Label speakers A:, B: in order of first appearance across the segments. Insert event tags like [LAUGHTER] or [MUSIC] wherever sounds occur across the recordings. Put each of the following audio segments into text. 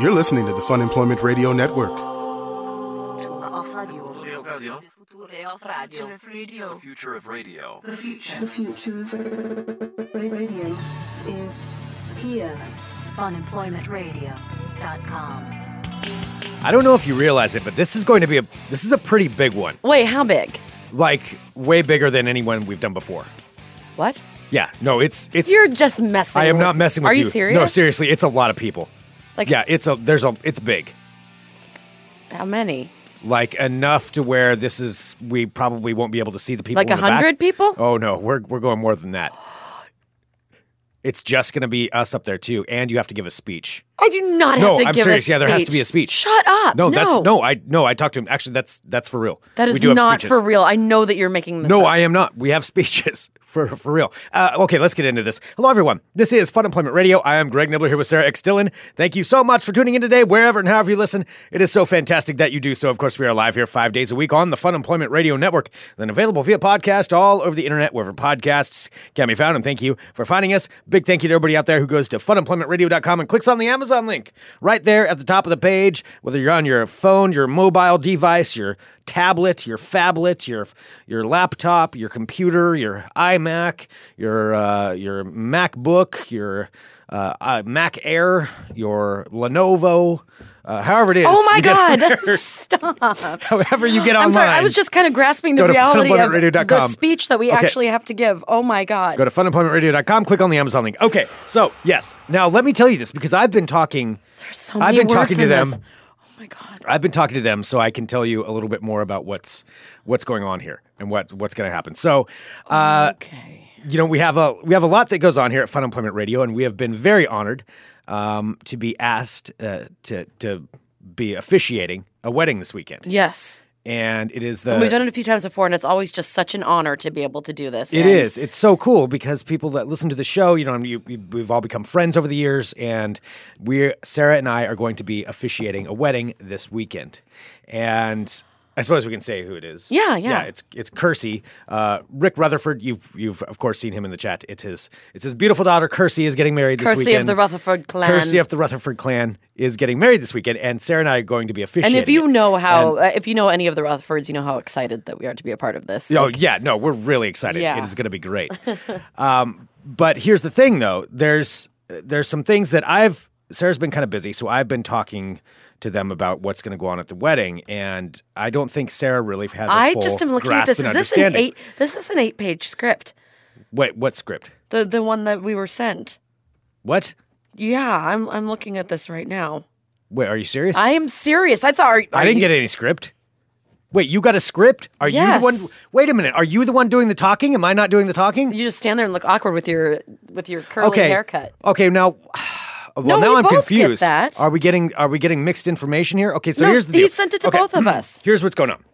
A: You're listening to the Fun Employment Radio Network.
B: Future of Radio.
C: Radio.
B: Future of Radio.
C: The future of radio.
D: The future of radio is here.
E: funemploymentradio.com.
F: I don't know if you realize it, but this is going to be a this is a pretty big one.
G: Wait, how big?
F: Like way bigger than anyone we've done before.
G: What?
F: Yeah, no, it's it's
G: You're just messing.
F: I am
G: with-
F: not messing with
G: Are
F: you.
G: you serious?
F: No, seriously, it's a lot of people.
G: Like
F: yeah, it's a there's a it's big.
G: how many?
F: Like enough to where this is we probably won't be able to see the people
G: Like
F: in the back.
G: 100 people?
F: Oh no, we're we're going more than that. It's just going to be us up there too, and you have to give a speech.
G: I do not
F: No,
G: have to
F: I'm
G: give
F: serious.
G: a
F: Yeah, there has to be a speech.
G: Shut up.
F: No,
G: Uh, No,
F: that's no. I no. I talked to him. Actually, that's that's for real.
G: That is
F: we do have
G: not
F: speeches.
G: for real. I know that you're making this.
F: No,
G: up.
F: I am not. We have [LAUGHS] speeches for for real. Uh, okay, let's get into this. Hello, everyone. This is Fun Employment Radio. I am Greg Nibbler here with Sarah X. Dillon. Thank you so much for tuning in today, wherever and however you listen. It is so fantastic that you do so. Of course, we are live here five days a week on the Fun Employment Radio Network, then available via podcast all over the internet, wherever podcasts can be found. And thank you for finding us. Big thank you to everybody out there who goes to funemploymentradio.com and clicks on the Amazon link right there at the top of the page, whether you're on your phone, your mobile device, your tablet, your phablet, your your laptop, your computer, your iMac, your uh, your MacBook, your uh, uh, Mac Air, your Lenovo, uh, however it is.
G: Oh my
F: you get- [LAUGHS]
G: god! [LAUGHS] Stop.
F: however you get online.
G: I'm sorry. I was just kind of grasping the
F: Go to
G: reality of the
F: funemploymentradio.com.
G: speech that we
F: Okay.
G: actually have to give. Oh my god.
F: Go to funemploymentradio.com, click on the Amazon link. Okay, so yes. Now let me tell you this because I've been talking. There's
G: so
F: I've
G: many
F: been
G: words
F: talking to
G: in
F: them.
G: this. Oh my god.
F: I've been talking to them, so I can tell you a little bit more about what's what's going on here and what what's going to happen. So, uh,
G: Okay.
F: you know, we have a we have a lot that goes on here at Fun Employment Radio, and we have been very honored um, to be asked uh, to to be officiating a wedding this weekend,
G: Yes.
F: and it is the
G: We've done it a few times before, and it's always just such an honor to be able to do this.
F: It
G: and
F: is. It's so cool because people that listen to the show, you know, you, you, we've all become friends over the years, and we, Sarah and I, are going to be officiating a wedding this weekend, and. I suppose we can say who it is.
G: Yeah, yeah.
F: yeah. It's it's Kersey, uh, Rick Rutherford. You've you've of course seen him in the chat. It's his it's his beautiful daughter Kersey is getting married this
G: Kersey of
F: weekend.
G: the Rutherford clan.
F: Kersey of the Rutherford clan is getting married this weekend, and Sarah and I are going to be officiating.
G: And if you
F: it.
G: know how, uh, if you know any of the Rutherfords, you know how excited that we are to be a part of this.
F: Oh yeah, no, we're really excited.
G: Yeah.
F: It is going to be
G: [LAUGHS]
F: great. um, but here's the thing, though. There's there's some things that I've Sarah's been kind of busy, so I've been talking to them about what's going to go on at the wedding, and I don't think Sarah really has. I
G: I just am looking at this. Is this an eight? This is an eight-page script.
F: Wait, what script?
G: The the one that we were sent.
F: What?
G: Yeah, I'm I'm looking at this right now.
F: Wait, are you serious?
G: I am serious. I thought. Are,
F: I didn't get any script. Wait, you got a script? Are you
G: Yes.
F: the one? Wait a minute. Are you the one doing the talking? Am I not doing the talking?
G: You just stand there and look awkward with your with your curly
F: okay.
G: haircut.
F: Okay, now. [SIGHS] Well,
G: No,
F: now
G: we
F: I'm
G: both get
F: confused.
G: that.
F: Are we getting are we getting mixed information here? Okay, so
G: No,
F: here's the
G: he
F: deal.
G: sent it to
F: Okay, hmm,
G: both of us.
F: Here's what's going on.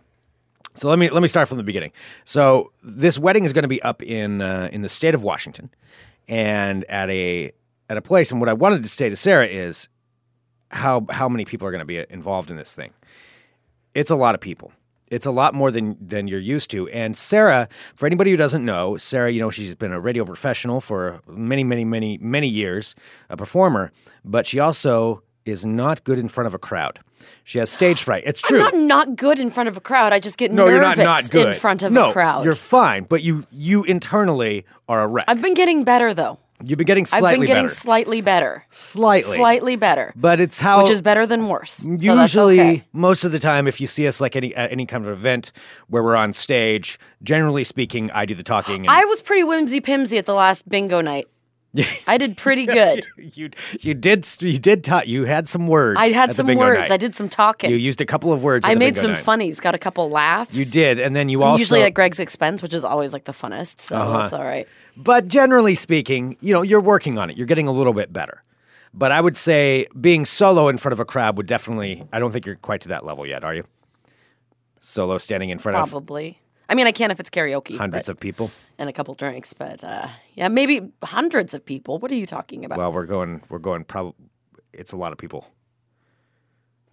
F: So let me let me start from the beginning. So this wedding is going to be up in uh, in the state of Washington, and at a at a place. And what I wanted to say to Sarah is how how many people are going to be involved in this thing. It's a lot of people. It's a lot more than than you're used to. And Sarah, for anybody who doesn't know, Sarah, you know she's been a radio professional for many, many, many, many years, a performer, but she also is not good in front of a crowd. She has stage fright. It's true.
G: I'm not not good in front of a crowd. I just get
F: no,
G: nervous
F: you're not not good
G: in front of
F: no,
G: a crowd.
F: You're fine, but you you internally are a wreck.
G: I've been getting better though.
F: You've been getting
G: I've
F: slightly
G: been getting
F: better,
G: slightly better.
F: slightly,
G: Slightly better.
F: But it's how
G: which is better than worse. So that's
F: Oh, Usually,
G: okay.
F: most of the time, if you see us like any at any kind of event where we're on stage, generally speaking, I do the talking. And
G: I was pretty whimsy pimsy at the last bingo night. I
F: [LAUGHS]
G: did pretty good.
F: you you did you did ta- you had some words.
G: I had
F: at
G: some
F: the bingo
G: words.
F: night.
G: I did some talking.
F: You used a couple of words. at
G: I
F: the
G: made
F: bingo
G: some
F: night.
G: funnies, got a couple laughs.
F: You did, and then you
G: I'm
F: also Uh-huh.
G: usually at Greg's expense, which is always like the funnest. So that's all right.
F: But generally speaking, you know, you're working on it. You're getting a little bit better. But I would say being solo in front of a crowd would definitely I don't think you're quite to that level yet, are you? Solo standing in front of
G: Probably. I mean, I can if it's karaoke.
F: hundreds
G: but-
F: of people.
G: and a couple drinks, but uh, yeah, maybe hundreds of people. What are you talking about?
F: Well, we're going we're going probably it's a lot of people.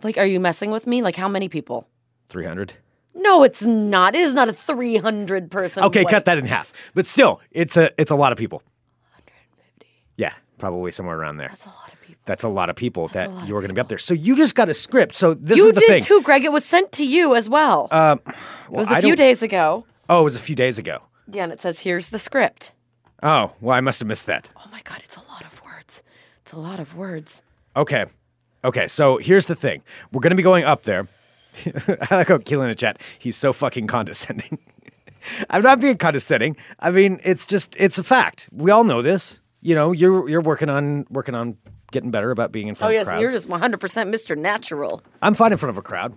G: like, are you messing with me? Like, how many people?
F: 300.
G: No, it's not. It is not a three hundred person.
F: Okay,
G: wedding.
F: cut that in half. But still, it's a it's a lot of people. 150. Yeah. probably somewhere around there.
G: That's a lot of people.
F: That's a lot of people
G: a lot
F: that
G: of
F: you were going to be up there. So you just got a script. So this
G: you
F: is the
G: did
F: thing. Uh,
G: too, Greg. It was sent to you as well. it was a
F: I
G: few
F: don't-
G: days ago.
F: Oh, it was a few days ago.
G: Yeah, and it says here's the script.
F: Oh, well, I must have missed that.
G: Oh my god, it's a lot of words. It's a lot of words.
F: Okay. Okay, so here's the thing. We're going to be going up there. [LAUGHS] I like how Keelan in the chat, he's so fucking condescending. [LAUGHS] I'm not being condescending. I mean, it's just, it's a fact. We all know this. You know, you're you're working on working on getting better about being in
G: Oh
F: front of
G: yes,
F: crowds.
G: you're just 100% Mr. Natural.
F: I'm fine in front of a crowd.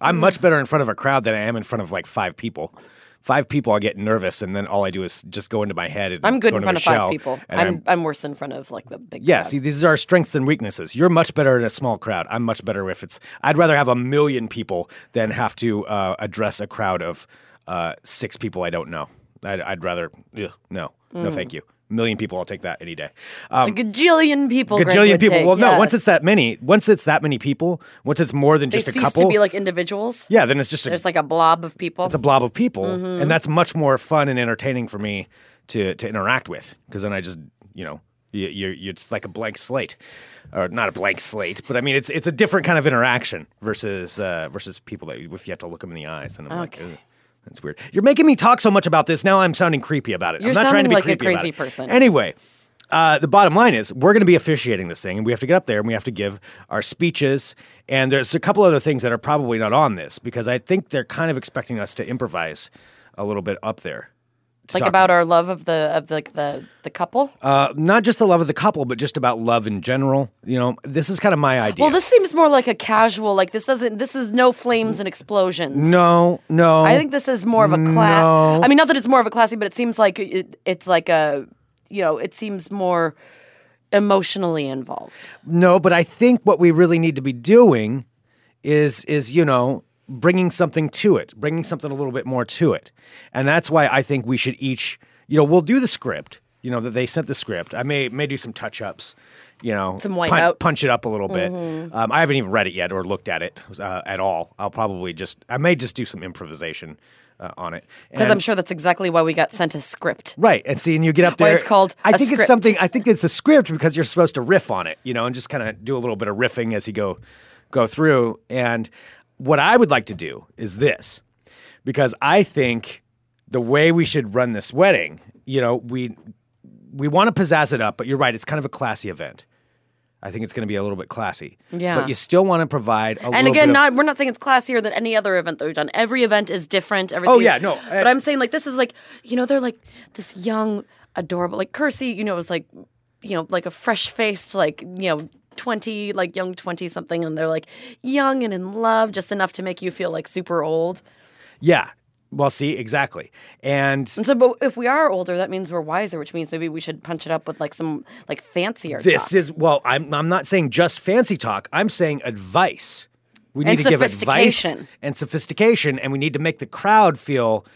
F: I'm much better in front of a crowd than I am in front of like five people. Five people, I get nervous, and then all I do is just go into my head. And
G: I'm good
F: go
G: in
F: into
G: front
F: my
G: of five
F: shell,
G: people.
F: and
G: I'm, I'm worse in front of like a big.
F: Yeah,
G: crowd.
F: see, these are our strengths and weaknesses. You're much better in a small crowd. I'm much better if it's. I'd rather have a million people than have to uh, address a crowd of uh, six people I don't know. I'd, I'd rather. ugh, no,
G: Mm.
F: no, thank you. million people, I'll take that any day. Um,
G: a gajillion people. Greg
F: gajillion
G: would
F: people.
G: take,
F: well, no, once
G: yes.
F: it's that many, once it's that many people, once it's more than
G: they
F: just a
G: cease
F: couple.
G: to be like individuals.
F: yeah, then it's just a
G: There's like a blob of people. Mm-hmm.
F: it's a blob of people, and that's much more fun and entertaining for me to to interact with because then I just you know you, you're you're just like a blank slate, or not a blank slate, but I mean it's it's a different kind of interaction versus uh, versus people that you- if you have to look them in the eyes and I'm like.
G: Okay.
F: "Ugh, That's weird. You're making me talk so much about this. Now I'm sounding creepy about it.
G: You're
F: I'm not trying to
G: sounding
F: be
G: like a
F: creepy about
G: crazy
F: it.
G: person.
F: Anyway, uh, the bottom line is we're going to be officiating this thing, and we have to get up there and we have to give our speeches. And there's a couple other things that are probably not on this because I think they're kind of expecting us to improvise a little bit up there. to
G: like
F: talk-
G: about our love of the of like the the couple.
F: uh, not just the love of the couple, but just about love in general. You know, this is kind of my idea.
G: Well, this seems more like a casual. Like this doesn't. This is no flames and explosions.
F: no, no,
G: I think this is more of a class. I mean, not that it's more of a classy, but it seems like it, it's like a, you know, it seems more emotionally involved.
F: no. But I think what we really need to be doing is is you know bringing something to it, bringing something a little bit more to it, and that's why I think we should each you know we'll do the script. You know that they sent the script. I may may do some touch ups. You know,
G: Some
F: pun-
G: Mm-hmm. whiteout.
F: punch it up a little bit. Um, I haven't even read it yet or looked at it uh, at all. I'll probably just I may just do some improvisation uh, on it
G: Because
F: And-
G: I'm sure that's exactly why we got sent a script.
F: Right, and see, and you get up
G: Why
F: there.
G: it's called
F: I
G: a
F: think it's
G: script.
F: something. I think it's a script because you're supposed to riff on it, you know, and just kind of do a little bit of riffing as you go go through. And what I would like to do is this, because I think the way we should run this wedding, you know, we we want to pizzazz it up, but you're right, it's kind of a classy event. I think it's going to be a little bit classy.
G: Yeah.
F: but you still want to provide a
G: And
F: little bit
G: again,
F: of-
G: not we're not saying it's classier than any other event that we've done. Every event is different. Everything.
F: yeah, no, uh,
G: but I'm saying like this is like you know they're like this young, adorable like Kersey. You know is like you know like a fresh faced like you know. 20 like young 20 something and they're like young and in love just enough to make you feel like super old
F: yeah. Well, see, exactly, and
G: And so, but if we are older, that means we're wiser, which means maybe we should punch it up with like some like fancier.
F: This
G: talk.
F: is well, I'm I'm not saying just fancy talk. I'm saying advice. We need
G: And
F: to give advice
G: sophistication.
F: and sophistication, and we need to make the crowd feel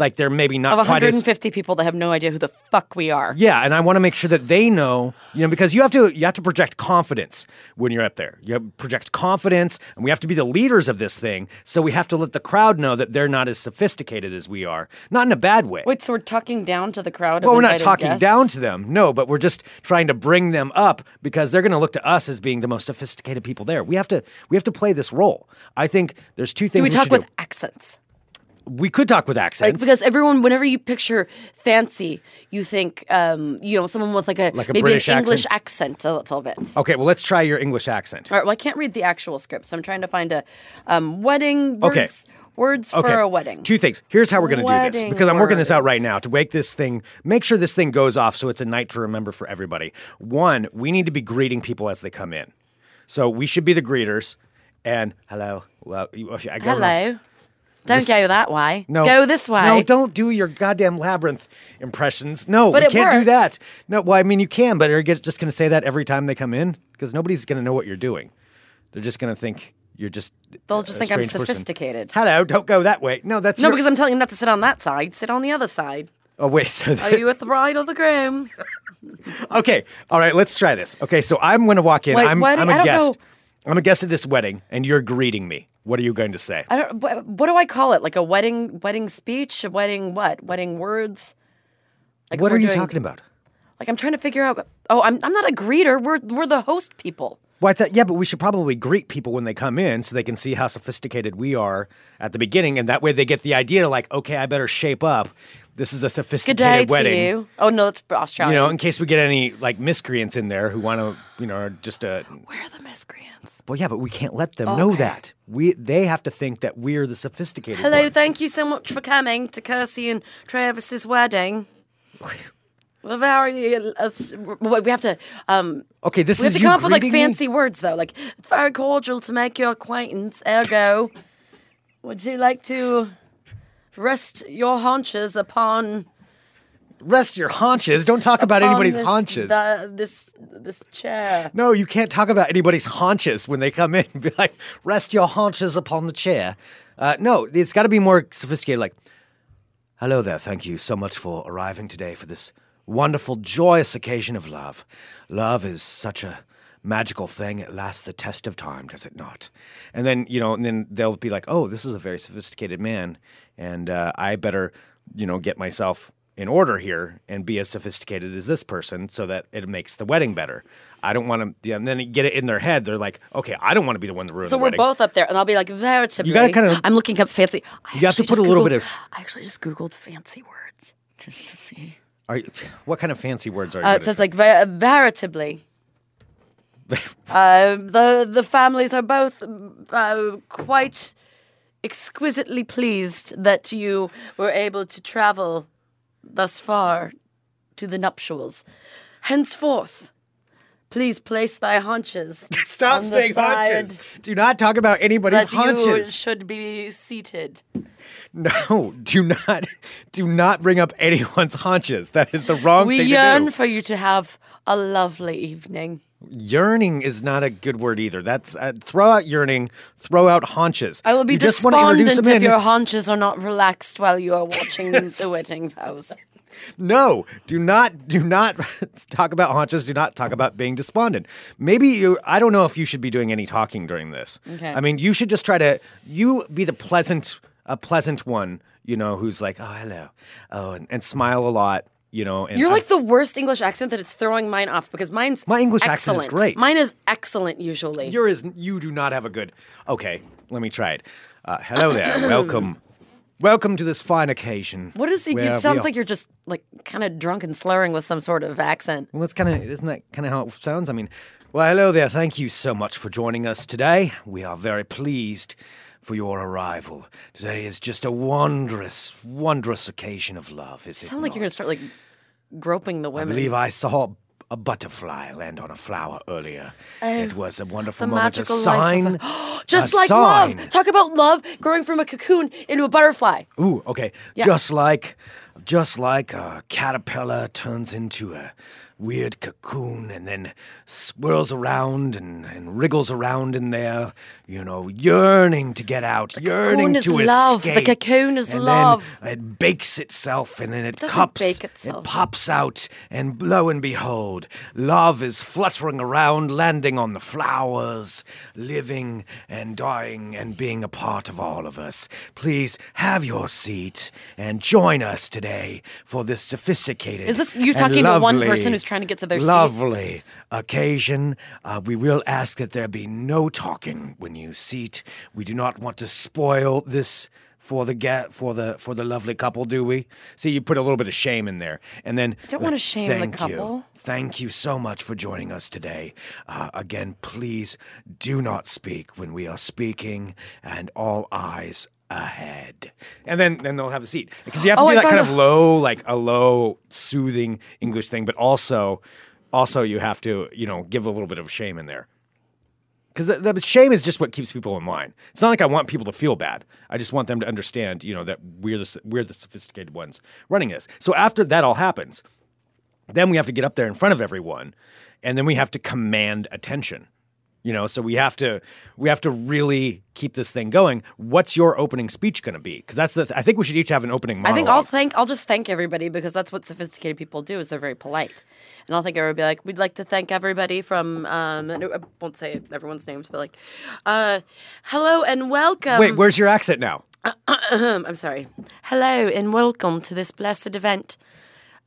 F: like they're maybe not
G: of
F: quite as
G: 150 people that have no idea who the fuck we are.
F: yeah, and I want to make sure that they know, you know, because you have to you have to project confidence when you're up there. You have to project confidence, and we have to be the leaders of this thing. So we have to let the crowd know that they're not as sophisticated as we are, not in a bad way.
G: Wait, so we're talking down to the crowd.
F: Well,
G: of
F: we're not
G: invited
F: talking
G: guests?
F: down to them, no, but we're just trying to bring them up because they're going to look to us as being the most sophisticated people there. We have to we have to play this role. I think there's two things
G: Do we talk
F: should
G: with accents?
F: do. We could talk with accents.
G: Because everyone, whenever you picture fancy, you think, um, you know, someone with like a,
F: Like a
G: maybe
F: British
G: an
F: accent.
G: English accent a little bit.
F: okay, well, let's try your English accent.
G: All right, well, I can't read the actual script, so I'm trying to find a um, wedding words,
F: Okay.
G: words
F: Okay.
G: for a wedding.
F: Two things. Here's how we're going to do this
G: Wedding
F: because I'm working this out right
G: words.
F: now to make this thing, make sure this thing goes off so it's a night to remember for everybody. One, we need to be greeting people as they come in. So we should be the greeters and hello. Well, you- I gotta remember-
G: Hello. Don't go that way.
F: No.
G: Go this way.
F: No, don't do your goddamn labyrinth impressions. No,
G: But
F: we
G: it
F: can't do
G: worked.
F: that. No, well, I mean, you can, but are you just going to say that every time they come in? Because nobody's going to know what you're doing. They're just going to think you're just.
G: They'll just
F: a
G: think I'm
F: strange person.
G: sophisticated.
F: Hello, don't go that way. No, that's
G: No,
F: your-
G: because I'm telling you not to sit on that side. Sit on the other side.
F: [LAUGHS] Oh wait, so
G: Are you with the bride or the groom?
F: [LAUGHS] okay, all right, let's try this. Okay, so I'm going to walk in.
G: Wait,
F: I'm,
G: what-
F: I'm
G: I
F: a
G: don't
F: guest.
G: know.
F: I'm a guest at this wedding, and you're greeting me. What are you going to say?
G: I don't. wh- What do I call it? Like a wedding, wedding speech, a wedding what? Wedding words. Like
F: what
G: we're
F: are you
G: doing-
F: talking about?
G: Like I'm trying to figure out. Oh, I'm I'm not a greeter. We're we're the host people.
F: Well, I thought, yeah, but we should probably greet people when they come in so they can see how sophisticated we are at the beginning. And that way they get the idea like, okay, I better shape up. This is a
G: Good day
F: sophisticated
G: to
F: wedding.
G: you. Oh no, that's Australian.
F: You know, in case we get any like miscreants in there who want to, you know, are just uh
G: we're the miscreants.
F: Well, yeah, but we can't let them know that. We they have to think that we're the sophisticated.
G: Hello,
F: ones.
G: thank you so much for coming to Kirsty and
F: [LAUGHS]
G: Travis's wedding. Well, how are you? uh, s- w- We have to. Um,
F: Okay, this
G: we have
F: is
G: to
F: you
G: come up with like
F: greeting me?
G: fancy words though. Like it's very cordial to make your acquaintance. Ergo, [LAUGHS] would you like to rest your haunches upon
F: Rest your haunches. Don't talk about
G: upon
F: anybody's
G: this-
F: haunches.
G: the- this this chair?
F: [LAUGHS] No, you can't talk about anybody's haunches when they come in. [LAUGHS] Be like, rest your haunches upon the chair. Uh, no, it's got to be more sophisticated. Like, hello there. Thank you so much for arriving today for this wonderful, joyous occasion of love. Love is such a magical thing. It lasts the test of time, does it not? And then, you know, and then they'll be like, oh, this is a very sophisticated man. And uh, I better, you know, get myself in order here and be as sophisticated as this person so that it makes the wedding better. I don't want to, yeah, and then get it in their head. They're like, okay, I don't want to be the one to ruin
G: So
F: the
G: we're
F: wedding.
G: both up there, and I'll be like, veritably.
F: kinda-
G: I'm looking up fancy. I
F: You have to
G: actually
F: put
G: just
F: a little
G: Googled-
F: bit of-
G: I actually just googled fancy words just to see.
F: Are you, what kind of fancy words are you?
G: Uh,
F: gonna
G: it says
F: try?
G: like ver-
F: [LAUGHS]
G: veritably. uh, the the families are both uh, quite exquisitely pleased that you were able to travel thus far to the nuptials. Henceforth, please place thy haunches.
F: [LAUGHS] Stop
G: on the
F: saying haunches. Do not talk about anybody's
G: That you
F: haunches.
G: should be seated.
F: No, do not, do not bring up anyone's haunches. That is the wrong
G: We
F: thing
G: yearn
F: to do.
G: for you to have a lovely evening.
F: Yearning is not a good word either. That's uh, throw out yearning, throw out haunches.
G: I will be
F: You just want to introduce
G: despondent
F: them in.
G: if your haunches are not relaxed while you are [LAUGHS] watching the wedding vows.
F: No, do not, do not [LAUGHS] talk about haunches. Do not talk about being despondent. Maybe you. I don't know if you should be doing any talking during this.
G: Okay.
F: I mean, you should just try to. You be the pleasant, a pleasant one. You know, who's like, oh hello, oh, and, and smile a lot. You know, and
G: You're
F: I-
G: like the worst English accent that it's throwing mine off because mine's
F: My English accent
G: excellent.
F: is great.
G: Mine is excellent
F: [LAUGHS]
G: usually.
F: You're is you do not have a good. Okay, let me try it. Uh, hello there.
G: [CLEARS THROAT]
F: Welcome. Welcome to this fine occasion.
G: what is it?
F: where
G: It
F: we
G: sounds
F: are-
G: like you're just like kind of drunk and slurring with some sort of accent.
F: Well, that's kind of isn't that kind of how it sounds? I mean, well, hello there. Thank you so much for joining us today. We are very pleased for your arrival. Today is just a wondrous, wondrous occasion of love. Is
G: You
F: it
G: sound like you're
F: not?
G: gonna start like groping the
F: I
G: women.
F: believe I saw a butterfly land on a flower earlier. it was a wonderful
G: Um, the
F: moment.
G: magical
F: a sign. [GASPS]
G: [GASPS] life of a, just
F: a
G: like
F: sign.
G: love. Talk about love growing from a cocoon into a butterfly.
F: Ooh, okay. Just like, just like a caterpillar turns into a weird cocoon and then swirls around and, and wriggles around in there, you know, yearning to get out, yearning
G: cocoon is
F: to
G: love. The
F: escape.
G: cocoon is
F: and
G: love.
F: Then it bakes itself and then it
G: doesn't
F: cups.
G: bake
F: It
G: itself.
F: pops out and lo and behold, love is fluttering around, landing on the flowers, living and dying and being a part of all of us. Please have your seat and join us today for this sophisticated.
G: Is this you
F: and
G: talking to one
F: lovely-
G: person who's trying to get to their seat?
F: lovely occasion. Uh, we will ask that there be no talking when you seat. We do not want to spoil this for the ga- for the for the lovely couple, do we? See, you put a little bit of shame in there, and then
G: Don't wanna shame the
F: thank you.
G: couple.
F: Thank you so much for joining us today. Uh, again, please do not speak when we are speaking, and all eyes ahead. And then, then they'll have a seat because you have to
G: Oh,
F: do
G: I
F: that kind
G: found
F: of
G: a-
F: low, like a low, soothing English thing, but also, also you have to, you know, give a little bit of shame in there. Because the, the shame is just what keeps people in line. It's not like I want people to feel bad. I just want them to understand, you know, that we're the we're the sophisticated ones running this. So after that all happens, then we have to get up there in front of everyone, and then we have to command attention. You know, so we have to we have to really keep this thing going. What's your opening speech going to be? Because that's the th- I think we should each have an opening
G: I
F: monologue.
G: think I'll thank I'll just thank everybody because that's what sophisticated people do is they're very polite, and I'll think everybody like we'd like to thank everybody from um and I won't say everyone's names but like, uh, hello and welcome. [LAUGHS]
F: Wait, where's your accent now?
G: Um, I'm sorry. Hello and welcome to this blessed event.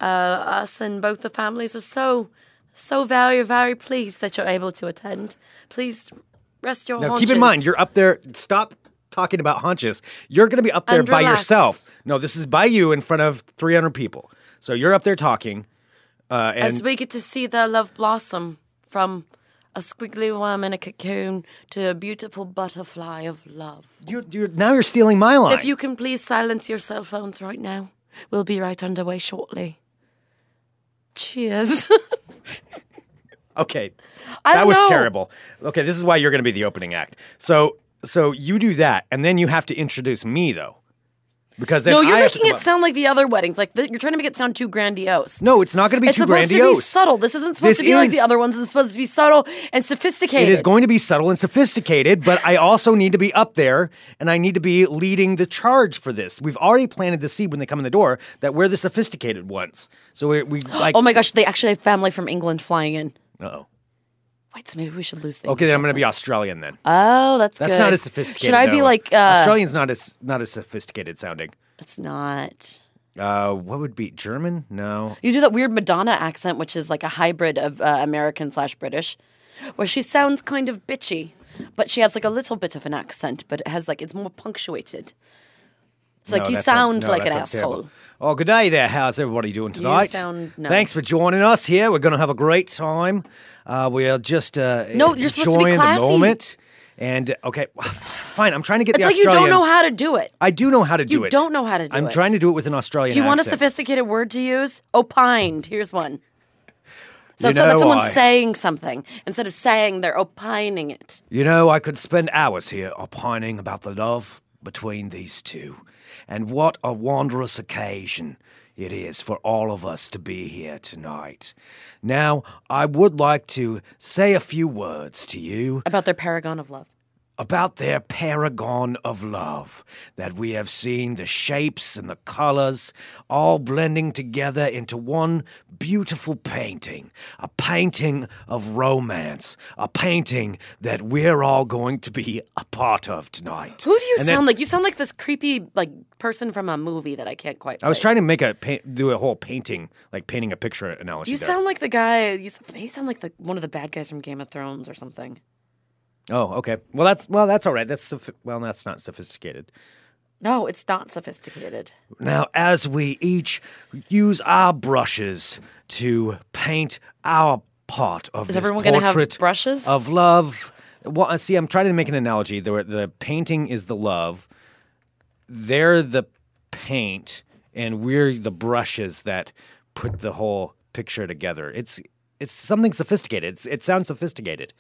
G: Uh, us and both the families are so, so very, very pleased that you're able to attend. Please rest your
F: Now
G: haunches.
F: keep in mind, you're up there. Stop talking about haunches. You're going to be up there
G: And
F: by
G: relax.
F: yourself. No, this is by you in front of 300 people. So you're up there talking. Uh, and
G: As we get to see their love blossom from a squiggly worm in a cocoon to a beautiful butterfly of love.
F: you're, you're, now you're stealing my line.
G: If you can please silence your cell phones right now, we'll be right underway shortly. Cheers. [LAUGHS]
F: okay,
G: I
F: that
G: don't
F: was
G: know.
F: terrible. Okay, this is why you're going to be the opening act. So so you do that, and then you have to introduce me though, because then
G: No, you're
F: I have to
G: making
F: come
G: it
F: up-
G: sound like the other weddings. Like th- you're trying to make it sound too grandiose.
F: No, it's not going to be
G: it's
F: too
G: supposed
F: grandiose.
G: to be subtle. This isn't supposed
F: This
G: to be like
F: is-
G: the other ones. It's supposed to be subtle and sophisticated.
F: It is going to be subtle and sophisticated, but I also need to be up there and I need to be leading the charge for this. We've already planted the seed when they come in the door that we're the sophisticated ones. So we,
G: [GASPS]
F: we like,
G: Oh my gosh, they actually have family from England flying in.
F: oh,
G: Wait, so maybe we should lose things.
F: okay, then I'm going to be Australian then.
G: Oh, that's
F: Oh, That's
G: good.
F: not as sophisticated.
G: Should I
F: no.
G: be like uh,
F: Australian's not as not as sophisticated sounding?
G: It's not.
F: Uh, what would be German? No,
G: You do that weird Madonna accent, which is like a hybrid of uh, American slash British, where she sounds kind of bitchy, but she has like a little bit of an accent, but it has like it's more punctuated. It's like
F: No,
G: you
F: that
G: sound
F: sounds- no,
G: like
F: that
G: an
F: sounds terrible.
G: asshole.
F: Oh, good day there. How's everybody doing tonight?
G: sound- no.
F: Thanks for joining us here. We're going to have a great time. Uh, we are just uh,
G: No, you're supposed to be
F: enjoying the
G: classy.
F: moment. And okay, fine. I'm trying to get
G: It's
F: the
G: like you
F: Australian.
G: don't know how to do it.
F: I do know how to do
G: You
F: it.
G: don't know how to do
F: I'm
G: it.
F: trying to do it with an Australian.
G: Do you want a
F: accent.
G: sophisticated word to use? Opined. Here's one. So,
F: You
G: so
F: know
G: that someone's
F: I-
G: saying something instead of saying they're opining it.
F: You know, I could spend hours here opining about the love between these two. And what a wondrous occasion it is for all of us to be here tonight. Now, I would like to say a few words to you
G: About their paragon of love.
F: about their paragon of love that we have seen the shapes and the colors all blending together into one beautiful painting a painting of romance a painting that we're all going to be a part of tonight
G: Who do you
F: And then-
G: sound like? You sound like this creepy like person from a movie that I can't quite.
F: i was
G: place.
F: trying to make a paint, do a whole painting like painting a picture analogy
G: You
F: there.
G: sound like the guy. You, s- you sound like the, one of the bad guys from Game of Thrones or something.
F: oh okay well that's well that's all right that's soph- well that's not sophisticated
G: No, it's not sophisticated.
F: Now, as we each use our brushes to paint our part of
G: Is
F: this
G: everyone gonna have
F: portrait
G: brushes?
F: of love, well, I see, I'm trying to make an analogy. The, the painting is the love. They're the paint, and we're the brushes that put the whole picture together. It's it's something sophisticated. It's, it sounds sophisticated.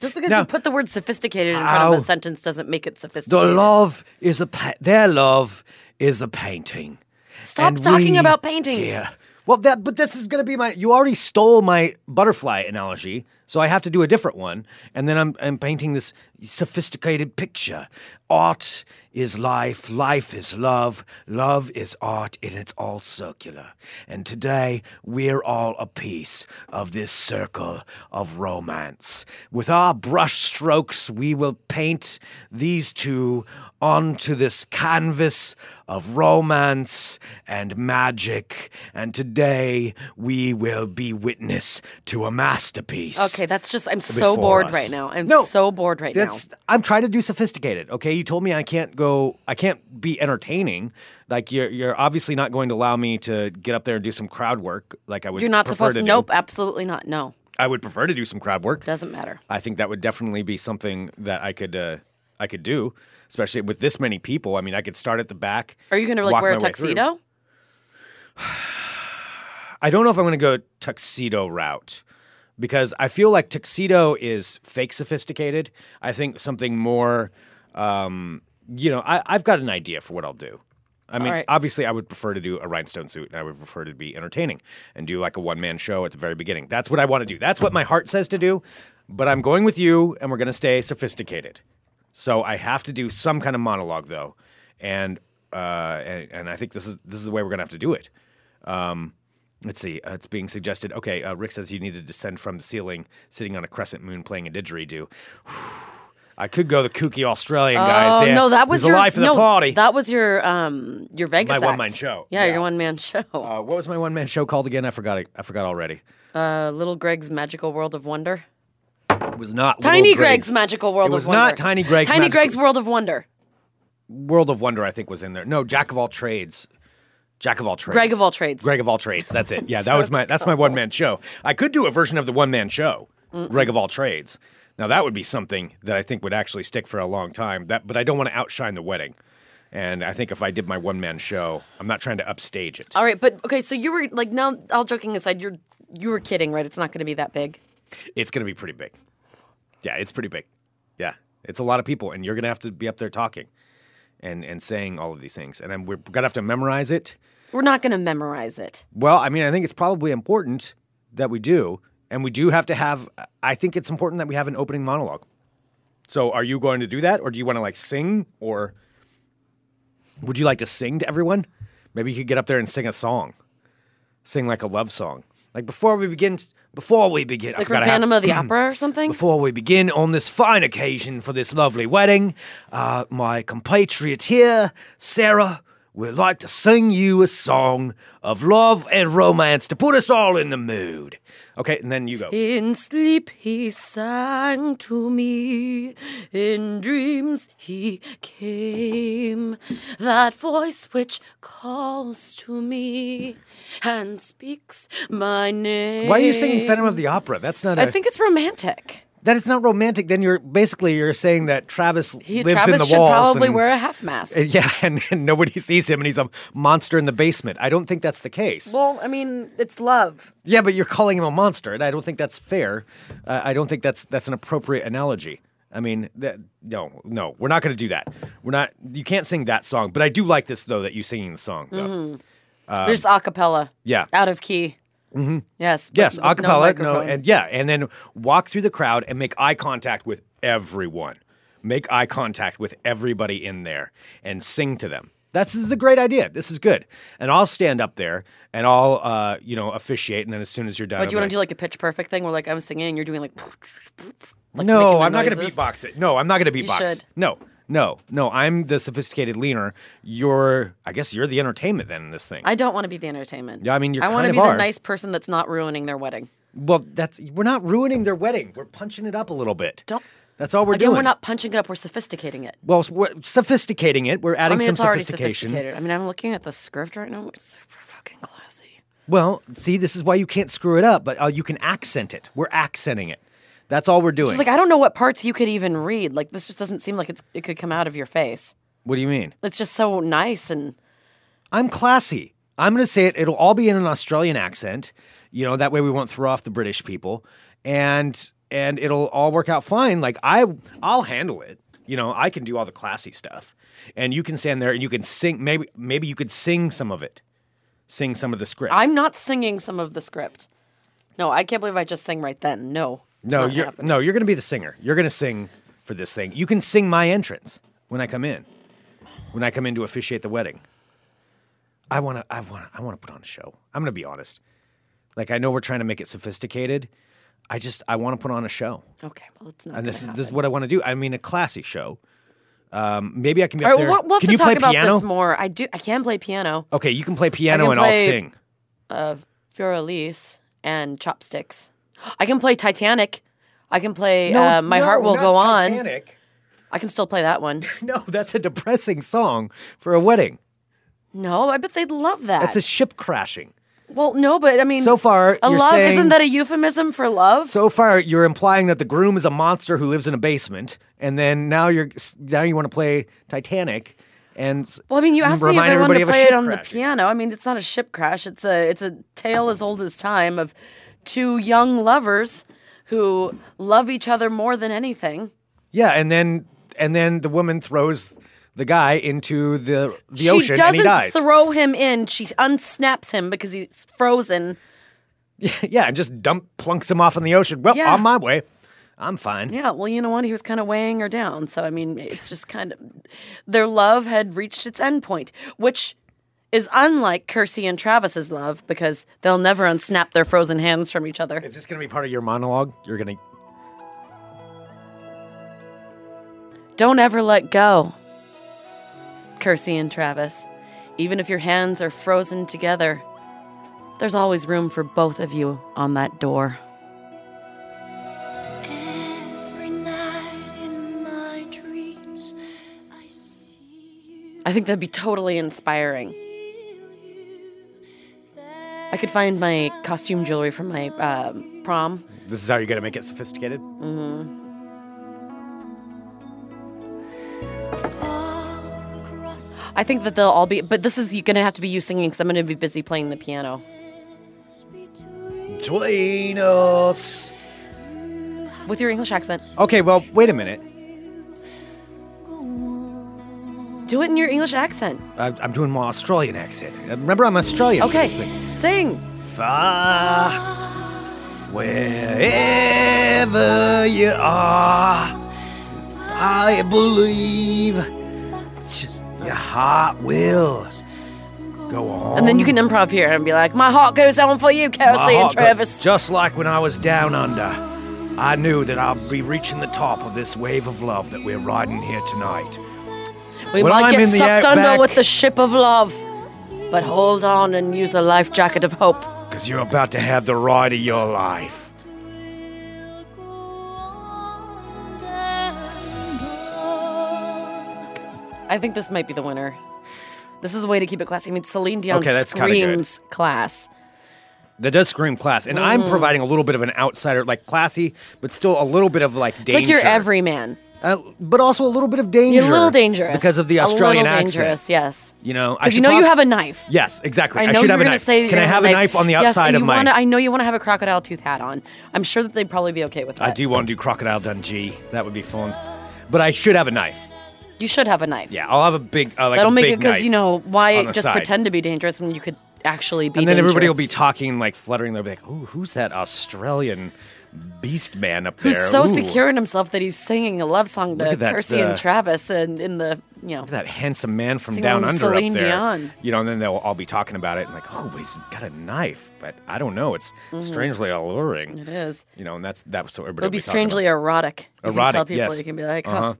G: Just because
F: Now-
G: you put the word sophisticated in front
F: Ow.
G: of a sentence doesn't make it
F: The
G: sophisticated.
F: love is a pa- their love is a painting.
G: Stop
F: And
G: talking
F: we
G: about paintings.
F: here- Well, that but this is going to be my. You already stole my butterfly analogy, so I have to do a different one. And then I'm I'm painting this sophisticated picture. Art is life. Life is love. Love is art, and it's all circular. And today we're all a piece of this circle of romance. With our brush strokes, we will paint these two onto this canvas of romance and magic. And today we will be witness to a masterpiece.
G: Okay, that's just. I'm so
F: before
G: bored
F: us.
G: right now. I'm
F: No,
G: so bored right now.
F: That's I'm trying to do sophisticated. Okay, you told me I can't go. I can't be entertaining. Like you're you're obviously not going to allow me to get up there and do some crowd work. Like I would.
G: You're not
F: prefer
G: supposed.
F: to do.
G: nope, absolutely not. No,
F: I would prefer to do some crowd work.
G: doesn't matter.
F: I think that would definitely be something that I could uh, I could do, especially with this many people. I mean, I could start at the back.
G: Are you going to like
F: walk
G: wear
F: my
G: a
F: way through.
G: tuxedo?
F: I don't know if I'm going to go tuxedo route because I feel like tuxedo is fake sophisticated. I think something more, um, you know, I, I've got an idea for what I'll do. I mean,
G: right.
F: obviously, I would prefer to do a rhinestone suit and I would prefer to be entertaining and do like a one man show at the very beginning. That's what I want to do. That's what my heart says to do. But I'm going with you and we're going to stay sophisticated. So I have to do some kind of monologue though. And, uh, and, and I think this is, this is the way we're going to have to do it. Um, Let's see. Uh, it's being suggested. Okay, uh, Rick says you need to descend from the ceiling, sitting on a crescent moon, playing a didgeridoo. [SIGHS] I could go the kooky Australian guys.
G: Oh
F: there.
G: no, that was
F: There's
G: your
F: a life of the
G: no,
F: party.
G: That was your um your Vegas
F: My
G: act.
F: one-man show.
G: Yeah,
F: Yeah.
G: your one man [LAUGHS] show.
F: uh, what was my one man show called again? I forgot. it. I forgot already.
G: Uh, Little Greg's Magical World of Wonder.
F: It was not
G: Tiny
F: Little
G: Greg's, Magical World
F: It was
G: of Wonder.
F: not Tiny Greg's.
G: Tiny
F: Magical-
G: Greg's World of Wonder.
F: World of Wonder. I think was in there. No, Jack of all trades. Jack of all trades.
G: Greg of all trades.
F: Greg of all trades. That's it.
G: [LAUGHS]
F: Yeah, that was my that's my one man show. I could do a version of the one man show, Greg of all trades. Now that would be something that I think would actually stick for a long time. That, but I don't want to outshine the wedding. And I think if I did my one man show, I'm not trying to upstage it.
G: All right, but okay, so you were like now all joking aside, you're you were kidding, right? It's not going to be that big.
F: It's going to be pretty big. Yeah, it's pretty big. Yeah, it's a lot of people, and you're going to have to be up there talking and and saying all of these things, and I'm, we're going to have to memorize it.
G: We're not going to memorize it.
F: Well, I mean, I think it's probably important that we do, and we do have to have. I think it's important that we have an opening monologue. So, are you going to do that, or do you want to like sing, or would you like to sing to everyone? Maybe you could get up there and sing a song, sing like a love song, like before we begin. Before we begin, I
G: Like
F: forgot I have- [CLEARS THROAT]
G: Phantom of the Opera or something.
F: before we begin on this fine occasion for this lovely wedding, uh, my compatriot here, Sarah, would like to sing you a song of love and romance to put us all in the mood. Okay, and then you go.
G: In sleep he sang to me, in dreams he came. That voice which calls to me and speaks my name.
F: Why are you singing Phantom of the Opera? That's not.
G: I
F: A,
G: think it's romantic.
F: that is not romantic. Then you're basically you're saying that Travis
G: He,
F: lives
G: Travis
F: in the
G: should
F: walls.
G: probably
F: and-
G: wear a half mask.
F: [LAUGHS] yeah, and, and nobody [LAUGHS] sees him, and he's a monster in the basement. I don't think that's the case.
G: well, I mean, it's love.
F: Yeah, but you're calling him a monster, and I don't think that's fair. Uh, I don't think that's that's an appropriate analogy. I mean, that, no, no, we're not going to do that. We're not. You can't sing that song. But I do like this though that you singing the song. Though.
G: Mm-hmm. There's a cappella.
F: Uh, Yeah.
G: Out of key. Mm-hmm. Yes. but
F: Yes,
G: with
F: a cappella. No,
G: microphone.
F: and yeah, and then walk through the crowd and make eye contact with everyone. Make eye contact with everybody in there and sing to them. That's this is a great idea. This is good. And I'll stand up there and I'll uh, you know officiate. And then as soon as you're done,
G: But do you
F: I'm
G: want
F: like,
G: to do like a pitch perfect thing where like I'm singing and you're doing like. like making
F: no,
G: the
F: I'm not going to
G: noises?
F: beatbox it. No, I'm not going to beatbox.
G: should.
F: No, no, no. I'm the sophisticated leaner. You're, I guess, you're the entertainment then in this thing.
G: I don't want to be the entertainment.
F: Yeah, I mean, you
G: I wanna
F: kind of
G: be
F: are.
G: the nice person that's not ruining their wedding.
F: well, that's we're not ruining their wedding. We're punching it up a little bit.
G: Don't-
F: That's all we're
G: Again,
F: doing.
G: we're not punching it up. We're sophisticating it.
F: Well, we're sophisticating it. We're adding
G: I mean,
F: some
G: it's already
F: sophistication.
G: sophisticated. I mean, I'm looking at the script right now. It's super fucking classy.
F: Well, see, this is why you can't screw it up, but uh, you can accent it. We're accenting it. That's all we're doing.
G: It's like I don't know what parts you could even read. Like this just doesn't seem like it's it could come out of your face.
F: what do you mean?
G: It's just so nice and
F: I'm classy. I'm going to say it. It'll all be in an Australian accent. You know, that way we won't throw off the British people, and and it'll all work out fine. Like I, I'll handle it. You know, I can do all the classy stuff, and you can stand there and you can sing. Maybe maybe you could sing some of it, sing some of the script.
G: I'm not singing some of the script. No, I can't believe I just sang right then. No. it's
F: no,
G: not
F: you're
G: happening.
F: no, you're going to be the singer. You're going to sing for this thing. You can sing my entrance when I come in, when I come in to officiate the wedding. I want to, I want to, I want to put on a show. I'm going to be honest. Like I know we're trying to make it sophisticated. I just I want to put on a show,
G: Okay, well, it's not.
F: and this is
G: gonna
F: this is
G: happen.
F: what I want to do. I mean, a classy show. Um, maybe I can be
G: All
F: up
G: right,
F: there.
G: we'll, we'll have
F: can
G: to
F: you
G: talk
F: play
G: about
F: piano?
G: this more. I do. I can play piano.
F: Okay, you can play piano
G: can
F: and
G: play-
F: I'll sing.
G: Vera Elise and Chopsticks. I can play Titanic. I can play uh, My Heart Will Go On. I can still play
F: [LAUGHS]
G: that one.
F: On. [LAUGHS] No, that's a depressing song for a wedding.
G: No, I bet they'd love that.
F: That's a ship crashing.
G: well, no, but I mean,
F: So far,
G: a
F: you're
G: love
F: saying-
G: isn't that a euphemism for love?
F: So far, you're implying that the groom is a monster who lives in a basement, and then now you're now you want to play Titanic, and s-
G: well, I mean, you asked me if
F: remind
G: I wanted
F: everybody
G: to
F: of a
G: play
F: ship
G: it on
F: crash.
G: the piano. I mean, it's not a ship crash. It's a it's a tale as old as time of two young lovers who love each other more than anything.
F: Yeah, and then and then the woman throws the guy into the the ocean,
G: she doesn't
F: and he dies.
G: throw him in. She unsnaps him because he's frozen.
F: [LAUGHS] yeah, and just dump plunks him off in the ocean. Well,
G: Yeah.
F: on my way, I'm fine.
G: Yeah, well, you know what? He was kind of weighing her down. So, I mean, it's just kind of their love had reached its end point, which is unlike Kersey and Travis's love because they'll never unsnap their frozen hands from each other.
F: Is this going to be part of your monologue? You're going to.
G: Don't ever let go. Kersey and Travis, even if your hands are frozen together, there's always room for both of you on that door.
E: Every night in my dreams, I see you,
G: I think that'd be totally inspiring.
E: feel you.
G: I could find my costume jewelry from my um prom.
F: This is how you're gonna make it sophisticated.
E: All across
G: I think that they'll all be, but this is going to have to be you singing because I'm going to be busy playing the piano.
E: between
F: Between us.
G: With your English accent.
F: Okay, well, wait a minute.
G: Do it in your English accent.
F: I, I'm doing my Australian accent. Uh, Remember, I'm Australian. for
G: Okay,
F: this thing.
G: sing.
F: Far, wherever you are, I believe t- your heart will go on.
G: And then you can improv here and be like, my heart goes on for you,
F: My
G: Kelsey and
F: heart goes-
G: Travis.
F: just like when I was down under, I knew that I'd be reaching the top of this wave of love that we're riding here tonight.
G: we
F: when
G: might
F: I'm
G: get
F: in the
G: sucked under
F: outback-
G: with the ship of love. But hold on and use a life jacket of hope.
F: Because you're about to have the ride of your life.
E: and on.
G: I think this might be the winner. This is a way to keep it classy. I mean, Celine Dion
F: Okay, that's kinda good.
G: screams class.
F: That does scream class, and
G: Mm.
F: I'm providing a little bit of an outsider, like classy, but still a little bit of like danger.
G: It's like you're everyman.
F: uh, but also a little bit of danger.
G: You're a little dangerous
F: because of the
G: A little
F: Australian accent.
G: Dangerous, yes.
F: You know, I
G: Because you
F: should
G: know you
F: prob-
G: have a knife.
F: Yes, exactly.
G: I
F: I,
G: know
F: should
G: you're
F: have a
G: gonna
F: knife.
G: say you're
F: Can I
G: gonna
F: have a knife on the
G: Yes,
F: outside
G: and
F: of
G: you
F: my?
G: Wanna, I know you want to have a crocodile tooth hat on. I'm sure that they'd probably be okay with that.
F: I do want to do crocodile dungee. That would be fun. But I should have a knife.
G: You should have a knife.
F: Yeah, I'll have a big, uh, like
G: That'll
F: a
G: make
F: big
G: it because you know
F: knife
G: why
F: on the
G: just
F: side.
G: pretend to be dangerous when you could actually be.
F: And then everybody will be
G: dangerous?
F: talking, like fluttering. They'll be like, "Ooh, who's that Australian beast man up there?"
G: Who's so
F: Ooh,
G: secure in himself that he's singing a love song
F: Look
G: to
F: at that,
G: Kersey
F: uh,
G: and Travis and in the you know
F: Look at that handsome man from
G: Sing
F: down
G: along
F: under
G: Celine
F: up there.
G: Dion.
F: You know, and then they'll all be talking about it and like, oh, he's got a knife, but I don't know. It's strangely alluring.
G: Mm-hmm. it is.
F: You know, and that's that's what everybody.
G: It'll be strangely erotic. You can tell
F: Erotic,
G: people
F: yes.
G: you can be like,
F: Uh-huh.
G: huh,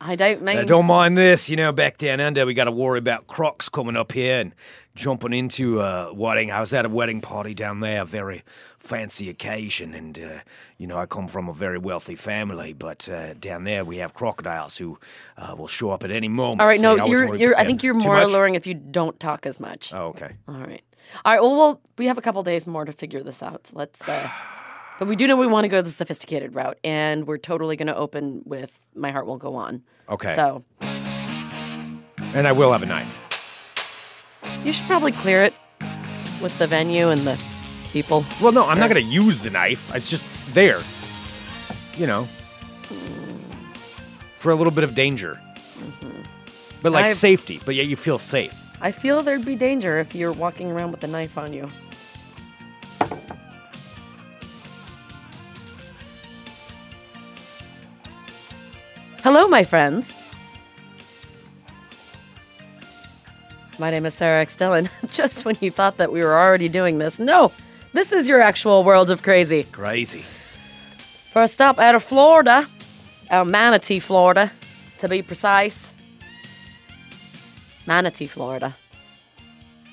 G: I don't mind.
F: don't mind this, you know. Back down under, we got to worry about crocs coming up here and jumping into a wedding. I was at a wedding party down there, a very fancy occasion, and uh, you know, I come from a very wealthy family, but uh, down there we have crocodiles who uh, will show up at any moment.
G: All right,
F: so
G: no,
F: you always
G: you're,
F: wanna
G: you're. I
F: pretend-
G: think you're
F: Too
G: more
F: much?
G: alluring if you don't talk as much.
F: Oh, okay.
G: All right. All right. Well, well, we have a couple days more to figure this out. So let's.
F: [SIGHS]
G: Uh, but we do know we want to go the sophisticated route, and we're totally going to open with "My Heart Won't Go On."
F: Okay.
G: So
F: And I will have a knife.
G: you should probably clear it with the venue and the people.
F: Well, no, I'm not going to use the knife. It's just there. You know, for a little bit of danger. But like
G: Mm-hmm. I've-
F: safety, but yet you feel safe.
G: I feel there'd be danger if you're walking around with a knife on you. Hello, my friends. My name is Sarah X. Dillon. [LAUGHS] Just when you thought that we were already doing this, no, this is your actual world of crazy.
F: Crazy.
G: First up, out of Florida, uh, Manatee, Florida, to be precise. Manatee, Florida.